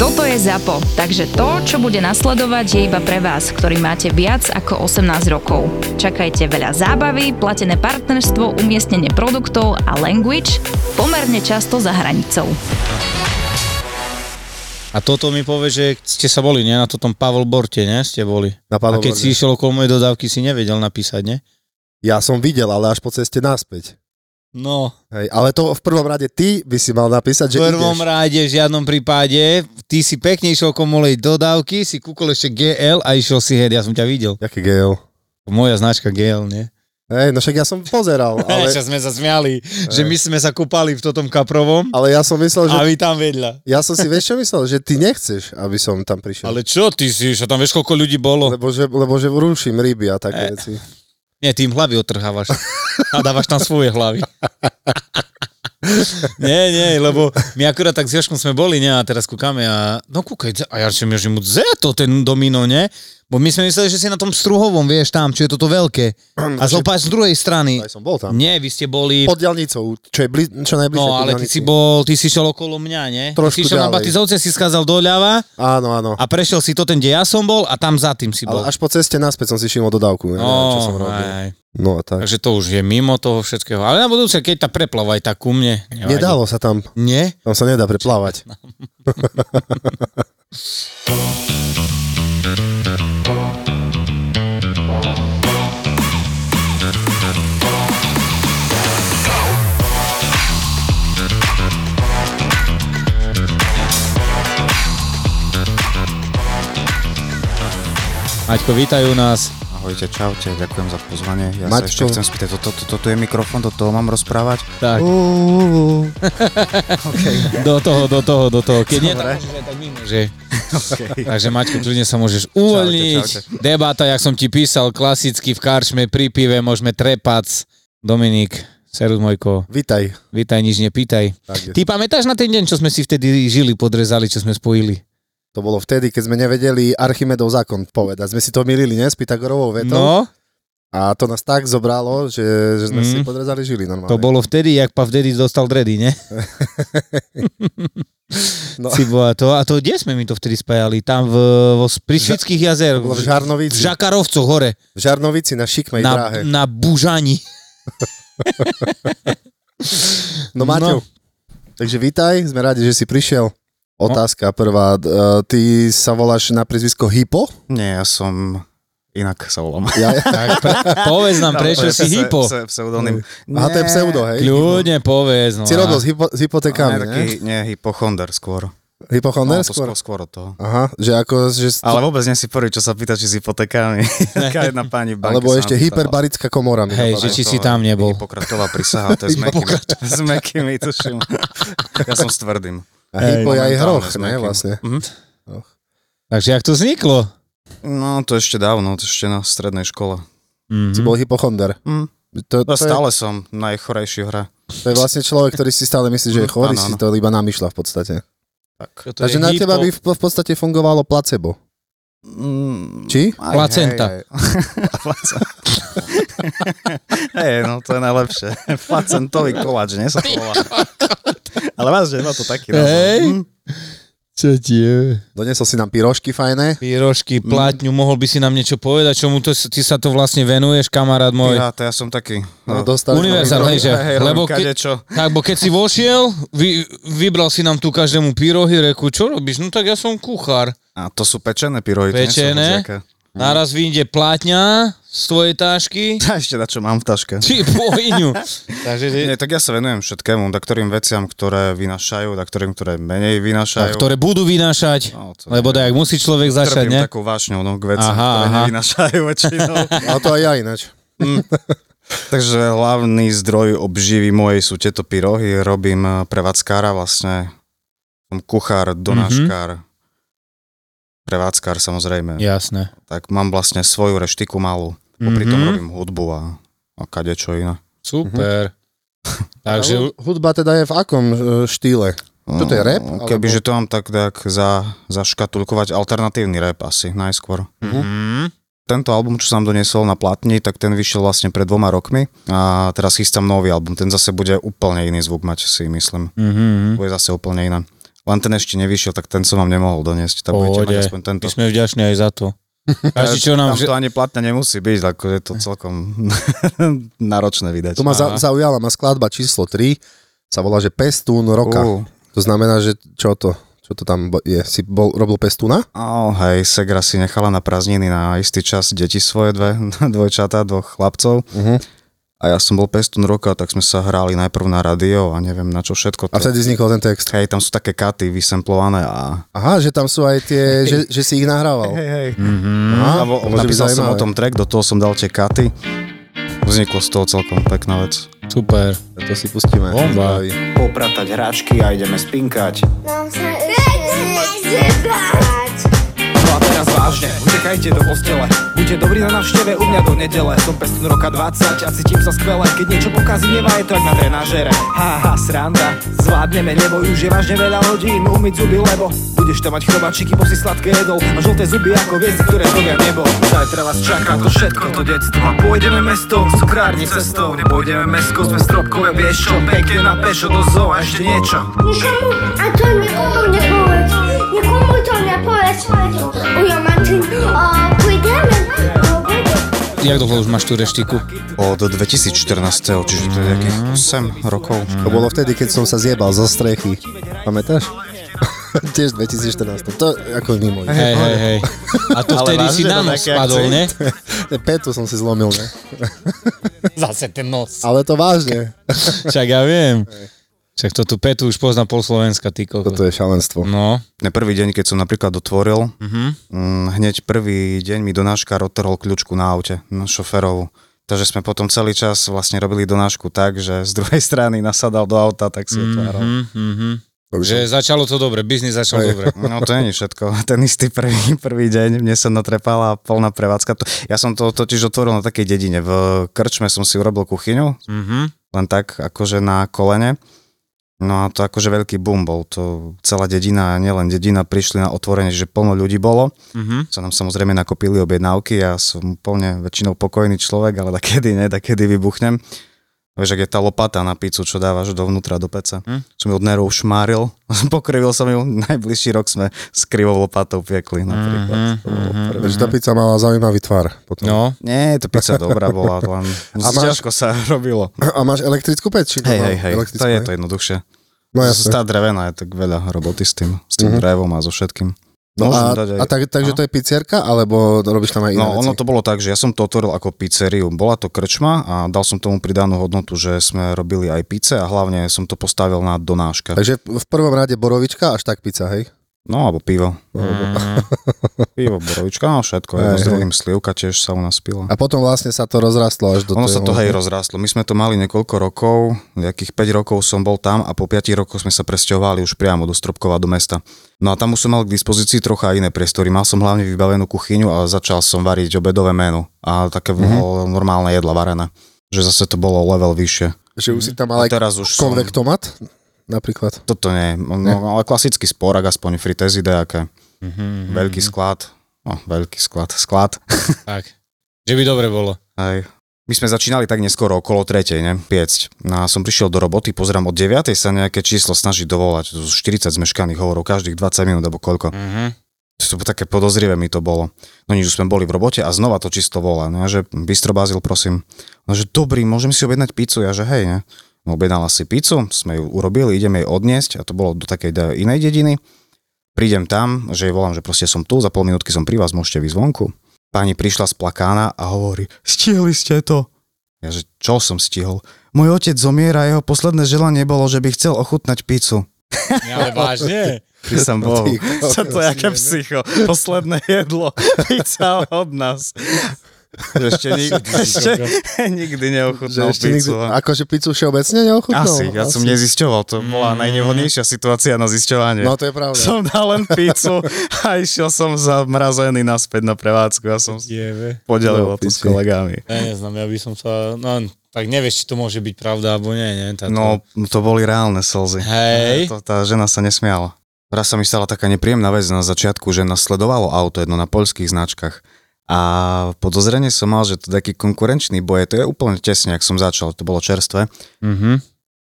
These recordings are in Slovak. Toto je ZAPO, takže to, čo bude nasledovať, je iba pre vás, ktorý máte viac ako 18 rokov. Čakajte veľa zábavy, platené partnerstvo, umiestnenie produktov a language pomerne často za hranicou. A toto mi povie, že ste sa boli, nie? Na tom Pavel Borte, nie? Ste boli. Na A Pavlo keď si išiel okolo mojej dodávky, si nevedel napísať, nie? Ja som videl, ale až po ceste naspäť. No, Hej, ale to v prvom rade ty by si mal napísať, že v prvom ideš. rade v žiadnom prípade. Ty si pekne išiel okolo mojej dodávky, si kúkol ešte GL a išiel si head, ja som ťa videl. Jaký gejl? Moja značka GL, nie? Hej, no však ja som pozeral, Ale... Eh. ale, Čo sme sa smiali, že my sme sa kúpali v tom kaprovom ale ja som myslel, že... a vy tam vedľa. Ja som si vieš čo myslel, že ty nechceš, aby som tam prišiel. Ale čo ty si, že tam vieš, koľko ľudí bolo? Lebo že, lebo že ruším ryby a také E- veci. Nie, ty im hlavy otrhávaš a dávaš tam svoje hlavy. nie, nie, lebo my akurát tak s Joškom sme boli, ne, a teraz kúkame a no kúkaj, a ja si môžem mu dze to ten domino, ne? Bo my sme mysleli, že si na tom struhovom, vieš, tam, čo je toto veľké. A z opa- z druhej strany. Aj som bol tam. Nie, vy ste boli... Pod diaľnicou, čo je bliz, čo najbližšie No, po ale ty diaľnici. si bol, ty si šiel okolo mňa, ne? Trošku ty si šiel na ďalej. Batizovce, si skázal doľava Áno, áno. a prešiel si to ten, kde ja som bol a tam za tým si bol. Ale až po ceste naspäť som si všimol dodávku, no, no, čo som robil. aj, aj. No a tak. Takže to už je mimo toho všetkého. Ale na budúce, keď tá preplava aj tak ku mne. nevadí. Nedalo sa tam, Nie? tam sa nedá preplávať. No. Maťko, vítajú nás. Ahojte, čaute, ďakujem za pozvanie. Ja Maťko. sa ešte chcem spýtať, toto to, to, to je mikrofón, do toho mám rozprávať? Tak, Uuu, do toho, do toho, do toho. Keď nie, tak Dobre. môžeš aj tak mimo, že? Takže Maťko, kľudne sa môžeš uvoľniť. Čaute, Debata, jak som ti písal, klasicky v karčme, pri pive, môžeme trepac. Dominik, Serus Mojko, Vítaj. vítaj, nič nepýtaj. Tak, je. Ty pamätáš na ten deň, čo sme si vtedy žili, podrezali, čo sme spojili? To bolo vtedy, keď sme nevedeli Archimedov zákon povedať. Sme si to milili, nie? S Pythagorovou vetou. No, A to nás tak zobralo, že, že sme Mm. si podrezali žily normálne. to bolo vtedy, jak Pav Daddy dostal dredy, ne? No. Si bola to, a to kde sme mi to vtedy spájali? Tam v, vo, pri Švických jazer. bolo v v Žarnovici. Žakarovcoch hore. V Žarnovici na šikmej na, dráhe. Na, na Bužani. No Maťo, takže vítaj, sme radi, že si prišiel. No. Otázka prvá, d- e, ty sa voláš na priezvisko Hypo? nie, ja som... Inak sa volám. Ja, Tak pre, povedz nám, prečo To je si pse- hypo? pse- Pseudonym. Aha, to je pseudo, hej? Kľudne povedz, no. Si robil s, hypo, s Kam, hypotékami, nie, taký, ne? nie, hypochonder skôr. Hypochonder no, to skôr? skôr, skôr od toho. Aha, že ako, že... st- Ale vôbec nie si prvý, čo sa pýta, či s hypotekami. Taká jedna pani v banke alebo sa ma ešte pýtala. hyperbarická komora. mi Hej, napadá. že či si tam nebol. Hipokratová prisaha, to je s mekými. S mekými, tuším. Ja som s tvrdým. A hypo je aj momentálne hroch, sme ne, kým. vlastne. Mhm. Takže jak to vzniklo? No, to ešte dávno, to ešte na strednej škole. Mhm. Si bol hypochonder. Mm. To, to, je, To stále som najchorejší hra. to je vlastne človek, ktorý si stále myslí, že je chorý, Áno, si áno. to iba namýšľa v podstate. Tak. Takže na teba by v, v podstate fungovalo placebo. Mm, Či? aj, Placenta. Hej, hej. Placenta. hej, no to je najlepšie. Placentový koláč, nie sa to volá. Ale vážne, má to taký názov. Hej. Hm, Čo ti je? Donesol si nám pyrošky fajné. Mm. Pírožky, platňu, mohol by si nám niečo povedať, čomu to, ty sa to vlastne venuješ, kamarát môj? Ja, to ja som taký. No, No, dostali sme- Univerzál, hej, že? Hej, Lebo lebo keď, kadečo. Tak, bo keď si vošiel, vy, vybral si nám tu každému pyrohy, reku, čo robíš? No tak ja som kuchár. A to sú pečené pyrohy. to nie sú Pečené? hociaké. Naraz vyjde plátňa z tvojej tášky, A ešte na čo mám v taške. či pohyňu. Takže ty, Nie, tak ja sa venujem všetkému, niektorým veciam, ktoré vynašajú, a ktorým, ktoré menej vynašajú. ktoré budú vynášať, No, to lebo tak musí človek začať, Trpím ne? takou vášňou no, k veciam, Aha, ktoré aha. nevynašajú väčšinou. A to aj ja ináč. Takže hlavný zdroj obživy mojej sú tieto pyrohy. Robím eh, prevádzkára vlastne. Som kuchár, Mhm. donáškár, prevádzkár samozrejme. Jasné. Tak mám vlastne svoju reštiku malú. Popri Mhm. tom robím hudbu a, a kadečo iné. Super. Mhm. Takže Ale Hudba teda je v akom e, štýle? Čo to je, rap, Keby, alebo- že No, to mám tak, tak za, zaškatulkovať alternatívny rap asi najskôr. Mhm. Tento album, čo som doniesol na platni, tak ten vyšiel vlastne pred dvoma rokmi a teraz chystám nový album. Ten zase bude úplne iný zvuk mať, si myslím. Hm. Mhm. Bude zase úplne iná. Len ten ešte nevyšiel, tak ten som vám nemohol doniesť. Tam budete mať Pohode. aspoň tento. My sme vďační aj za to. Každý, čo nám... Tam to ani platné nemusí byť, ako je to celkom náročné vydať. To ma za, zaujala, má skladba číslo 3, sa volá, že Pestún roka. Ú. To znamená, že čo to, čo to tam bo- je? Si bol, robil Pestúna? Oh, hej, Segra si nechala na prázdniny na istý čas deti svoje dve, dvojčatá, dvoch chlapcov. Uh-huh. Mhm. A ja som bol pestún roka, tak sme sa hrali najprv na rádio a neviem na čo všetko. A To... vtedy vznikol ten text. Hej, tam sú také katy vysemplované a... Aha, že tam sú aj tie, že, že si ich nahrával. hej. Aha, Lebo to môže byť napísal som o zaujímavé. tom track, do toho som dal tie katy. Vzniklo z toho celkom pekná vec. Super. To si pustíme. Bomba. popratať hráčky a ideme spinkať. Mam sa ešte zjebať. No a teraz vážne, utekajte do postele. Buďte dobrý na navšteve u mňa do nedele. Som pestun roka 20 a cítim sa skvele. Keď niečo pokazí, nemá je trať na trenažere. Haha, sranda, zvládneme nebo už je vážne veľa hodín. Umyť zuby, lebo budeš tam mať chrobačiky, posi sladké jedol a žlté zuby ako vieci, ktoré zdobia nebo. Zajtra vás čaká to všetko, to detstvo. Pôjdeme mestom, cukrárni cestou, nepôjdeme meskou, sme stropkové, vieš čo, pekne na pešo do zoo a ešte niečo. Nikomu, a to nikomu nie powiedz. Nikomu to nie powiedz, Madziu. Bo ja mam ten, o, pójdziemy. O, pójdziemy. Jak dlho už máš tú reštiku? Od 2014, čiže to je nejakých 8 rokov. To bolo vtedy, keď som sa zjebal zo strechy. Pamätáš? Tiež 2014. To je ako mimo. Hej, hej, hej. A to Ale vtedy vážne si to na nos také spadol, akcie? ne? Petu som si zlomil, ne? Zase ten nos. Ale to vážne. Však ja viem. Však to tu Petu už pozná pol Slovenska, ty kokos. Toto je šalenstvo. Mhm. No, Na prvý deň, keď som napríklad dotvoril, Mhm, mm, hneď prvý deň mi donáškar odtrhol kľúčku na aute, na šoferovú. Takže sme potom celý čas vlastne robili donášku tak, že z druhej strany nasadal do auta, tak si mhm, otváral. že začalo to dobre, biznis začal dobre. No to nie je všetko. Ten istý prvý, prvý deň mne sa natrepala polná prevádzka. To- Ja som to totiž otvoril na takej dedine. V Krčme som si urobil kuchyňu, Mhm. len tak akože na kolene. No a to akože veľký boom bol, to celá dedina, a nielen dedina, prišli na otvorenie, že plno ľudí bolo. Mm-hmm. Sa nám samozrejme nakopili objednávky, ja som úplne väčšinou pokojný človek, ale takedy ne, takedy vybuchnem. Vieš, ak je tá lopata na pizzu, čo dávaš dovnútra do pece. Mm. Som ju od nervov šmáril, pokrivil som ju, najbližší rok sme s krivou lopatou piekli napríklad. Mm-hmm. To bolo prvé. Takže tá pizza mala zaujímavý tvar. Potom. No, Nie, to pizza dobrá bola, len A máš- ťažko sa robilo. A máš elektrickú peč? či to Hej, má hej, hej, elektrickú, to je ne? to jednoduchšie. No No ja jasne. tá drevená je tak veľa roboty s tým, s tým Mhm. mm-hmm. drevom a so všetkým. No a, Môžem dať aj- a tak, takže to je pizzerka, alebo robíš tam aj iné No ono veci? to bolo tak, že ja som to otvoril ako pizzeriu. Bola to krčma a dal som tomu pridanú hodnotu, že sme robili aj pice a hlavne som to postavil na donáška. Takže v prvom rade borovička, až tak pizza, hej? No alebo pivo. Pivo, borovička, no všetko. Hej, Jedno s hej. druhým slivka tiež sa u nás pila. A potom vlastne sa to rozrastlo až do Ono sa toho- to hej rozrástlo. My sme to mali niekoľko rokov, nejakých 5 rokov som bol tam a po 5 rokoch sme sa presťahovali už priamo do Stropkova, do mesta. No a tam už som mal k dispozícii trocha iné priestory. Mal som hlavne vybavenú kuchyňu a začal som variť obedové menu a také mm-hmm. normálne jedla varené. Že zase to bolo level vyššie. Že už si tam Ale mal aj teraz už som, konvektomat, napríklad. toto nie, no, ale klasický sporák, aspoň fritezy nejaké. Mhm. Mm-hmm. Veľký sklad, no veľký sklad, sklad. tak. Že by dobre bolo. Aj. My sme začínali tak neskoro, okolo tretej, ne? Piecť. No a som prišiel do roboty, pozerám, od 9. sa nejaké číslo snaží dovolať. To sú 40 zmeškaných hovorov, každých 20 minút, alebo koľko. Mhm. To sú také podozrivé mi to bolo. No nič, už sme boli v robote a znova to číslo volá. No ja, že bistro Bazil, prosím. No že dobrý, môžem si objednať pizzu? Ja že hej, ne? No objednala si pizzu, sme ju urobili, ideme jej odniesť a to bolo do takej de- inej dediny. Prídem tam, že jej volám, že proste som tu, za pol minútky som pri vás, môžete vy zvonku. Pani prišla z plakána a hovorí, stihli ste to. Ja že čo som stihol? Môj otec zomiera, jeho posledné želanie bolo, že by chcel ochutnať pizzu. Ja, Ale vážne. Prisam Bohu. Ty kokos, Čo to je, aké psycho? Posledné jedlo. Pizza od nás. Že Ešte nikdy, ešte, nikdy Že neochutnal ešte pizzu. nikdy, akože pizzu všeobecne neochutnal? Asi, ja som nezisťoval. To bola najnevhodnejšia situácia na zisťovanie. Mm. No to je pravda. Som dal len pizzu a išiel som zamrazený naspäť na prevádzku. Ja som Jebe. No, podelil to s piči. kolegami. Ja neznám, ja by som sa... No, tak nevieš, či to môže byť pravda, alebo nie, nie? Táto. No, to boli reálne slzy. Hej. To, tá žena sa nesmiala. Raz sa mi stala taká nepríjemná vec na začiatku, že nás sledovalo auto jedno na poľských značkách. A podozrenie som mal, že to taký konkurenčný boj, to je úplne tesne, ak som začal, to bolo čerstvé. Mhm.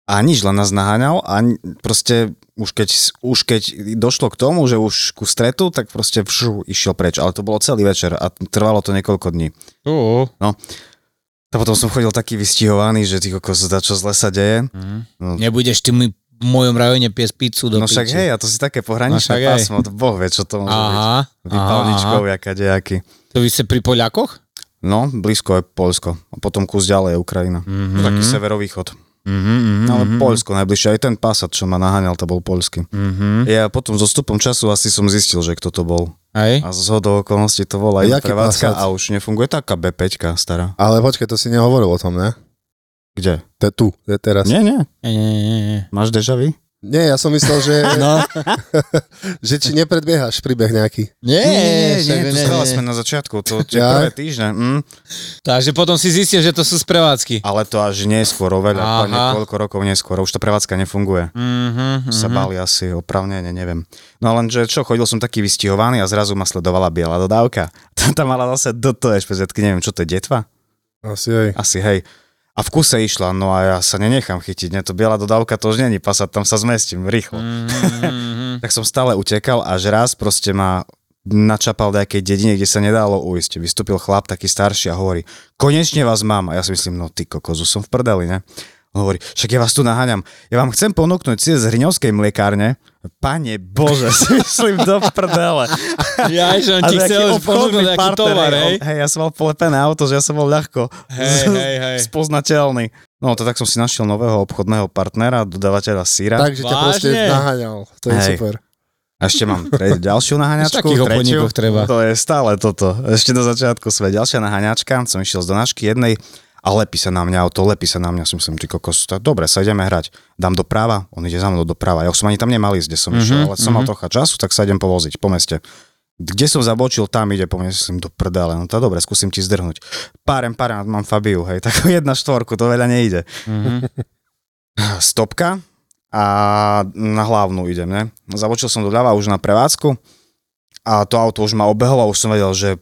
A nič, len nás naháňal a ni- proste už keď, už keď došlo k tomu, že už ku stretu, tak proste všu išiel preč. Ale to bolo celý večer a trvalo to niekoľko dní. Ó, A potom som chodil taký vystihovaný, že ty kokos, za čo zle sa deje. nebudeš ty mi v mojom rajone pies pizzu do No však piči. hej, a to si také No pohraničné však hej. pásmo, to boh vie, čo to môže byť. Aha, aha, aha. Vypalničkov, jaká dejaký. To vy ste pri Poliakoch? No, blízko je Polsko. A potom kus ďalej je Ukrajina. Mm-hmm. Taký severovýchod. Mhm, Mm-hmm, No. Ale Polsko najbližšie. Aj ten pasat, čo ma naháňal, to bol polský. mhm. Mm-hmm. Ja potom so stupom času asi som zistil, že kto to bol. Hej? A z hodou okolností to bola aj Jaký prevádzka Passat? a už nefunguje taká B5 stará. Ale počkaj, to si nehovoril o tom, ne? Kde? To je tu, to je teraz. Nie, nie. Nie, nie, nie, nie. Máš deja vu? Nie, ja som myslel, že, No. že či nepredbiehaš príbeh nejaký. Nie, však nie, tu stále sme na začiatku, to tie Ja? prvé týždne. Mm. Takže potom si zistil, že to sú sprevádzky. Ale to až neskôr, oveľa, Aha. Aha. niekoľko rokov neskôr. Už tá prevádzka nefunguje. Mhm, sa bali asi opravnenie, neviem. No lenže čo, chodil som taký vystihovaný a zrazu ma sledovala biela dodávka. Tam tam mala zase E do toho ešpezetky, neviem, čo to je, detva? Asi aj. Asi, hej. A v kuse išla, no a ja sa nenechám chytiť, ne, to biela dodávka to už není pasať, tam sa zmestím rýchlo. tak som stále utekal, až raz proste ma načapal nejakej dedine, kde sa nedalo uísť. Vystúpil chlap taký starší a hovorí, konečne vás mám. A ja si myslím, no ty kokozu, som v prdeli, ne? On hovorí, však ja vás tu naháňam. Ja vám chcem ponúknuť cez z Hriňovskej mliekárne. Pane Bože, si myslím do prdele. Ja, že on ti A taký chcel obchodný ponúknuť nejaký partner, tovar, hej? on- Hej, ja som mal polepené auto, že ja som bol ľahko Hej, hej, hej. spoznateľný. No to tak som si našiel nového obchodného partnera, dodávateľa síra. Takže ťa proste Vážne? naháňal. To je Hej. super. A ešte mám tre- ďalšiu naháňačku. Takých tretiu. obchodníkov treba. To je stále toto. Ešte do začiatku sme. Ďalšia naháňačka. Som išiel z donášky jednej a lepí sa na mňa auto, lepí sa na mňa. Som myslím, ty kokos, tá- dobre, sa ideme hrať. Dám doprava, on ide za mnou doprava. Ja už som ani tam nemal ísť, kde som išiel, Mhm, ale som mal trocha času, tak sa idem povoziť po meste. Kde som zabočil, tam ide po mne, som do prdele, no tá dobre, skúsim ti zdrhnúť. Párem, párem, mám Fabiu, hej, tak jedna štvorku, to veľa nejde. Mhm. Stopka, a na hlavnú idem, ne? Zavočil som doľava už na prevádzku a to auto už ma obehlo a už som vedel, že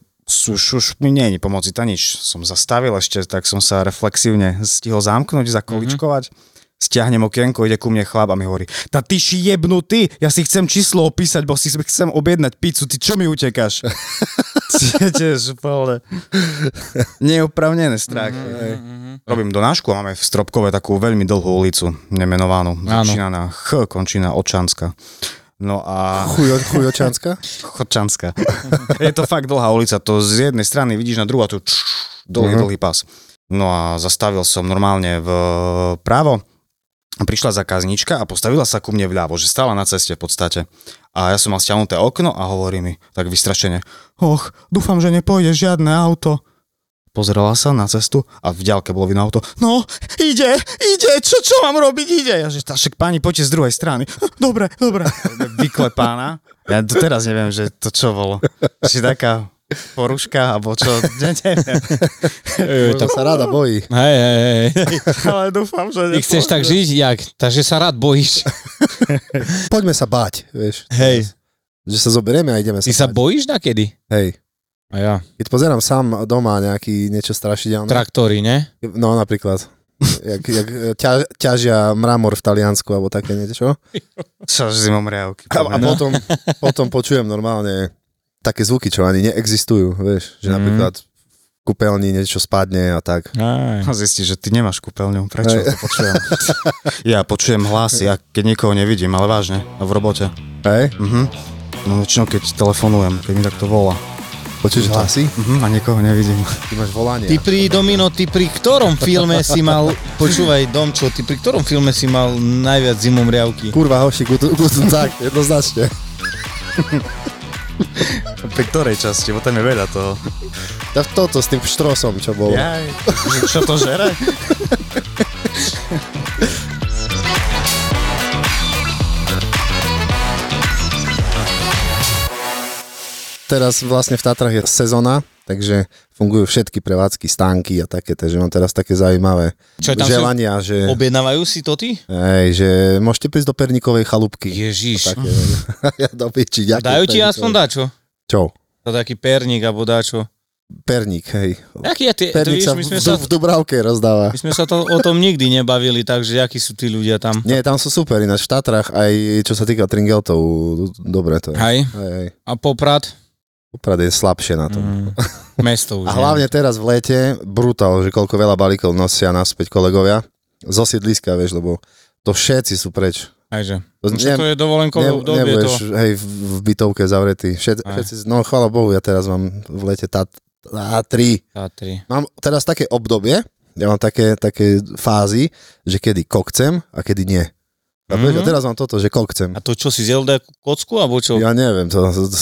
už, už mi nie je pomoci, tá nič. Som zastavil ešte, tak som sa reflexívne stihol zamknúť, zakoličkovať. Stiahnem okienko, ide ku mne chlap a mi hovorí, tá ty si jebnutý, ja si chcem číslo opísať, bo si chcem objednať pizzu, ty čo mi utekáš? Tiež úplne neopravnené strach. Hej. Robím donášku a máme v Stropkove takú veľmi dlhú ulicu, nemenovanú. Začína na H, končí na Očanska. No a... Chujo, chujočanska? Chodčanská. je to fakt dlhá ulica, to z jednej strany vidíš na druhú a tu čš, dlhý, dlhý pás. No a zastavil som normálne v právo, prišla zákaznička a postavila sa ku mne vľavo, že stála na ceste v podstate. A ja som mal stiahnuté okno a hovorí mi tak vystrašene, och, dúfam, že nepôjde žiadne auto. Pozerala sa na cestu a v ďalke bolo vidno auto. No, ide, ide, čo, čo mám robiť, ide. Ja že, tá však pani, poďte z druhej strany. Dobre, dobre. Vyklepána. Ja doteraz neviem, že to čo bolo. Či taká poruška, alebo čo, ne, neviem. To sa rada bojí. Hej, hej, hej. Ale dúfam, Ty že chceš tak žiť, jak? Takže sa rád bojíš. Poďme sa báť, vieš. Hej. Že sa zoberieme a ideme sa Ty sa báť. bojíš nakedy? Hej. A ja. Keď pozerám sám doma nejaký niečo strašidelné. Traktory, ne? No napríklad. jak, jak e, ťa, ťažia mramor v Taliansku alebo také niečo. Čo, zimom riavky. A, a potom, potom počujem normálne také zvuky, čo ani neexistujú, vieš. Že napríklad v kúpeľni niečo spadne a tak. Aj. A zistí, že ty nemáš kúpeľňu, prečo to počujem? ja počujem hlasy, ja keď nikoho nevidím, ale vážne, v robote. Hej? No väčšinou, keď telefonujem, keď mi takto volá. Počuješ hlasy? Mhm, a nikoho nevidím. Ty máš volanie. Ty pri Domino, ty pri ktorom filme si mal, počúvaj Domčo, ty pri ktorom filme si mal najviac zimom riavky? Kurva, hoši, guten guten Tag, jednoznačne. Pri ktorej časti, bo tam je veľa toho. Tak toto s tým štrosom, čo bolo. Jaj, že čo to žere? Teraz vlastne v Tatrach je sezóna, takže fungujú všetky prevádzky, stánky a také, takže mám teraz také zaujímavé Čo tam sú- želania, že, Objednávajú si to ty? hej, že môžete prísť do Pernikovej chalúbky. Ježiš. No Také, ja do piči, ďakujem. Dajú ti Pernikovej. aspoň dačo? Čo? To taký perník alebo dačo. perník, hej. Aký je tie, to vidíš, Perník sa my v, sme sa, v Dubravke rozdáva. my sme sa to, o tom nikdy nebavili, takže akí sú tí ľudia tam. Nie, tam sú super, ináč v Tatrach aj čo sa týka tringeltov, dobre to je. Hej, Hej, hej. a Poprad, Poprad je slabšie na tom. mm, mesto už. A nie. hlavne teraz v lete, brutál, že koľko veľa balíkov nosia naspäť kolegovia zo sídliska, vieš, lebo to všetci sú preč. Ajže. To- Už to je dovolenkové ne- obdobie, to... nebudeš, hej, v, v bytovke zavretý. Všet, Aj. všetci, no chvála Bohu, ja teraz mám v lete tá, tá tri. Tatry. Mám teraz také obdobie, ja mám také, také fázy, že kedy kokcem a kedy nie. A Mhm. mm-hmm. teraz mám toto, že kokcem. A to čo, si zjel nejakú kocku, alebo čo? Ja neviem, to... to, to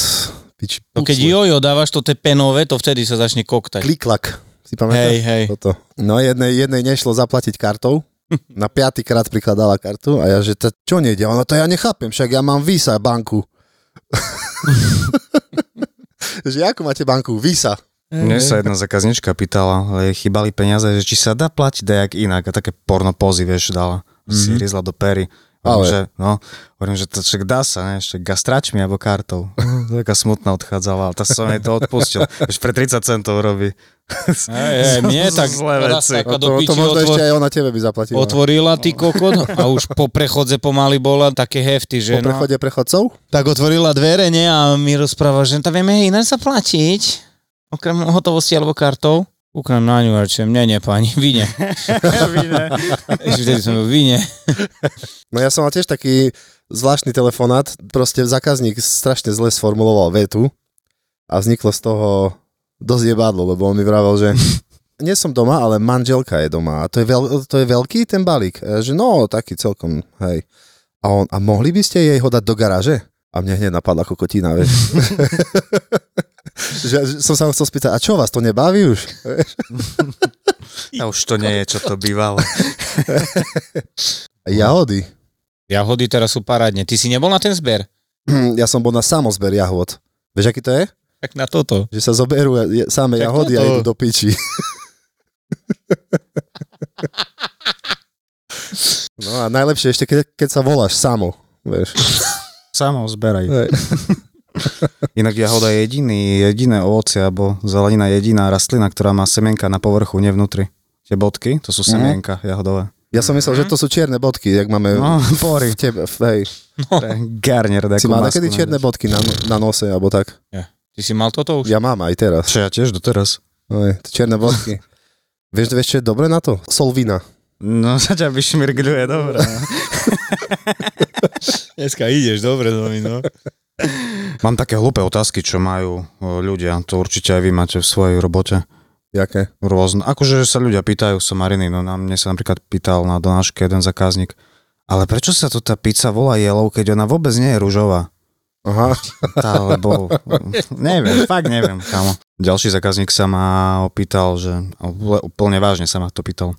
piči, to No, keď pucle. jojo dávaš to tepenové, to vtedy sa začne koktať. Kliklak, si Hej, pamätáš? hej. Toto. No jednej, jednej nešlo zaplatiť kartou, na piatýkrát prikladala kartu a ja, že to, čo nejde? Ona, to ja nechápem, však ja mám Visa banku. že ako máte banku? Visa. Mne sa jedna zákaznička pýtala, ale jej chýbali peniaze, že či sa dá platiť dajak inak. A také porno pozy, vieš, dala. Si rizla do pery. Hovorím, Mhm. Ale- že, no, hovorím, že to však dá sa, ne, však gastračmi alebo kartou. Taká smutná odchádzala, ale tá som jej to odpustil. Už pre 30 centov robí. Hej, hej, mne Z- tak zlé raz veci. taká do A to, to piči možno ešte otvor, aj ona tebe by zaplatila. otvorila ty kokot a už po prechodze pomaly bola také hefty, po že no. prechode prechodcov? Tak otvorila dvere, ne, a mi rozpráva, že tam vieme iné zaplatiť, okrem hotovosti alebo kartou. Kúkam na ňu a čo, mne nie, pani, vy nie. Ešte vtedy som bol, vy nie. No ja som mal tiež taký zvláštny telefonát, proste zákazník strašne zle sformuloval vetu a vzniklo z toho dosť jebadlo, lebo on mi vravel, že nie som doma, ale manželka je doma a to je, veľ, to je veľký ten balík, E, že no, taký celkom, hej. A on, a mohli by ste jej ho dať do garáže? A mne hneď napadla kokotina, vieš. že, že som sa ho chcel spýtať, a čo vás to nebaví už? A už to nie je, čo to bývalo. Jahody. Jahody teraz sú parádne. Ty si nebol na ten zber? Ja som bol na samozber jahod. Vieš, aký to je? Tak na toto. Že sa zoberú je- samé Tak jahody a toto. idú do piči. No a najlepšie ešte, keď, keď sa voláš samo. Vieš. Samo zberaj. Hej. Inak jahoda je jediný, jediné ovoce alebo zelenina je jediná rastlina, ktorá má semienka na povrchu, nevnútri. Tie bodky, to Mhm. sú semienka jahodové. Ja som myslel, že to sú čierne bodky, jak máme No, v- v tebe. v- Hej. To je Garnier, Si mal takedy čierne bodky na, na nose, alebo tak? Ty si mal toto už? Ja mám aj teraz. Čo ja tiež doteraz. Hej, čierne bodky. Vieš, vieš, čo je dobré na to? Solvina. No, sa ťa vyšmirgľuje, dobre. Dneska ideš, dobre, no. Mám také hlúpe otázky, čo majú o, ľudia. To určite aj vy máte v svojej robote. Jaké? Rôzne. Akože sa ľudia pýtajú somariny, no na mne sa napríklad pýtal na donáške jeden zákazník. Ale prečo sa to tá pizza volá jelou, keď ona vôbec nie je rúžová? Aha. Tá, lebo neviem, fakt neviem, kamo. Ďalší zákazník sa ma opýtal, že ale úplne vážne sa ma to pýtal.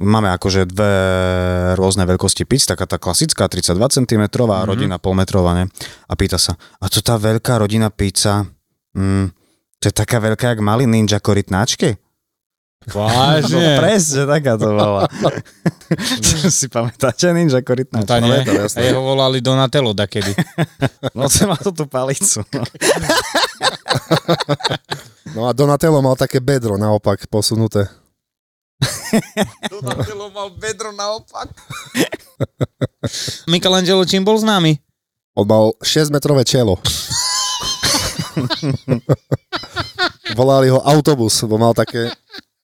Máme akože dve rôzne veľkosti pizz, taká tá klasická 32 cm a mm-hmm. rodina polmetrová, ne? A pýta sa, a to tá veľká rodina pizza, mm, to je taká veľká, jak mali ninja korytnáčky? No Vážne. presne, taká to bola. To si pamätáte ninja korytnáčky? Tá No, nie. to jasné. A jeho volali Donatello dakedy. No to má to tú palicu. No. No a Donatello mal také bedro naopak posunuté. Michelangelo čím bol známy? On mal 6-metrové čelo. Volali ho autobus, bo mal také,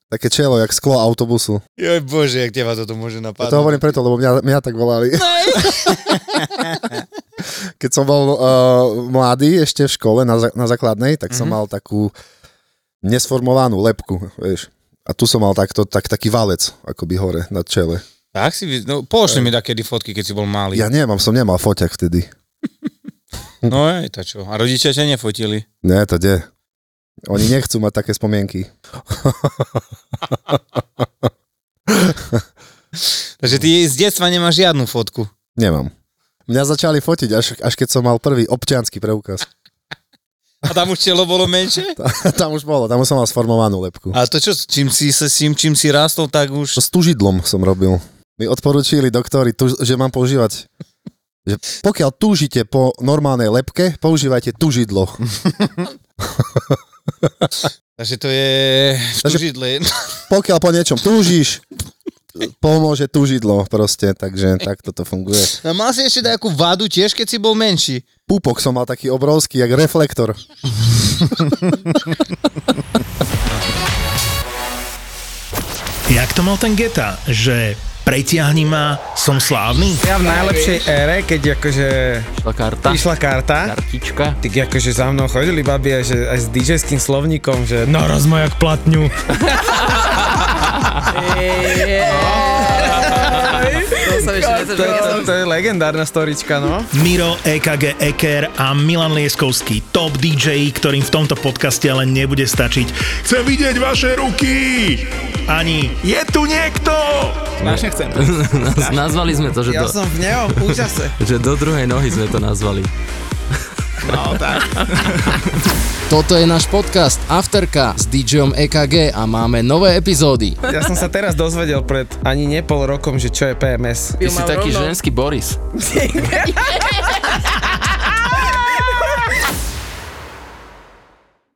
také čelo, jak sklo autobusu. Joj bože, jak teba toto môže Ja napadnúť. to hovorím preto, lebo mňa, mňa tak volali. Keď som bol uh, mladý, ešte v škole, na, za- na základnej, tak som mal takú nesformovanú lepku, vieš. A tu som mal takto, tak, taký valec, akoby hore na čele. Tak si, vy- no, pošli mi takedy fotky, keď si bol malý. Ja nemám, som nemal foťak vtedy. No je to čo. A rodičia ťa nefotili. Nie, to kde? Oni nechcú mať také spomienky. Takže ty z detstva nemáš žiadnu fotku. Nemám. Mňa začali fotiť, až, až keď som mal prvý občianský preukaz. A tam už telo bolo menšie? tam už bolo, tam už som mal sformovanú lepku. A to čo, čím si, sa- s tým, čím si rástol, tak už... Čo s tužidlom som robil. Mi odporučili doktori, tuž, že mám používať že pokiaľ túžite po normálnej lepke, používajte tužidlo. Takže to je v Takže- tužidle. Pokiaľ po niečom túžiš, pomôže tužidlo proste, takže tak toto funguje. A mal si ešte nejakú vadu tiež, keď si bol menší. Púpok som mal taký obrovský, jak reflektor. Jak to mal ten Geta, že preťahni ma, som slávny? Ja v najlepšej ére, keď akože Šla karta, išla karta, kartička. tak akože za mnou chodili babi aj, že, aj s DJ-ským slovníkom, že no, Naraz ma jak platňu. To som ešte to, je, to, to je legendárna storička, no. Miro, EKG Eker a Milan Lieskovský, top DJ, ktorým v tomto podcaste ale nebude stačiť. Chcem vidieť vaše ruky! Ani je tu niekto! Vážne chcem. Nazvali sme to, že do, Ja som v neom, v úžase. že do druhej nohy sme to nazvali. Toto je náš podcast Afterka s DJom EKG a máme nové epizódy. Ja som sa teraz dozvedel pred ani nepol rokom, že čo je PMS. Ty si taký ženský Boris.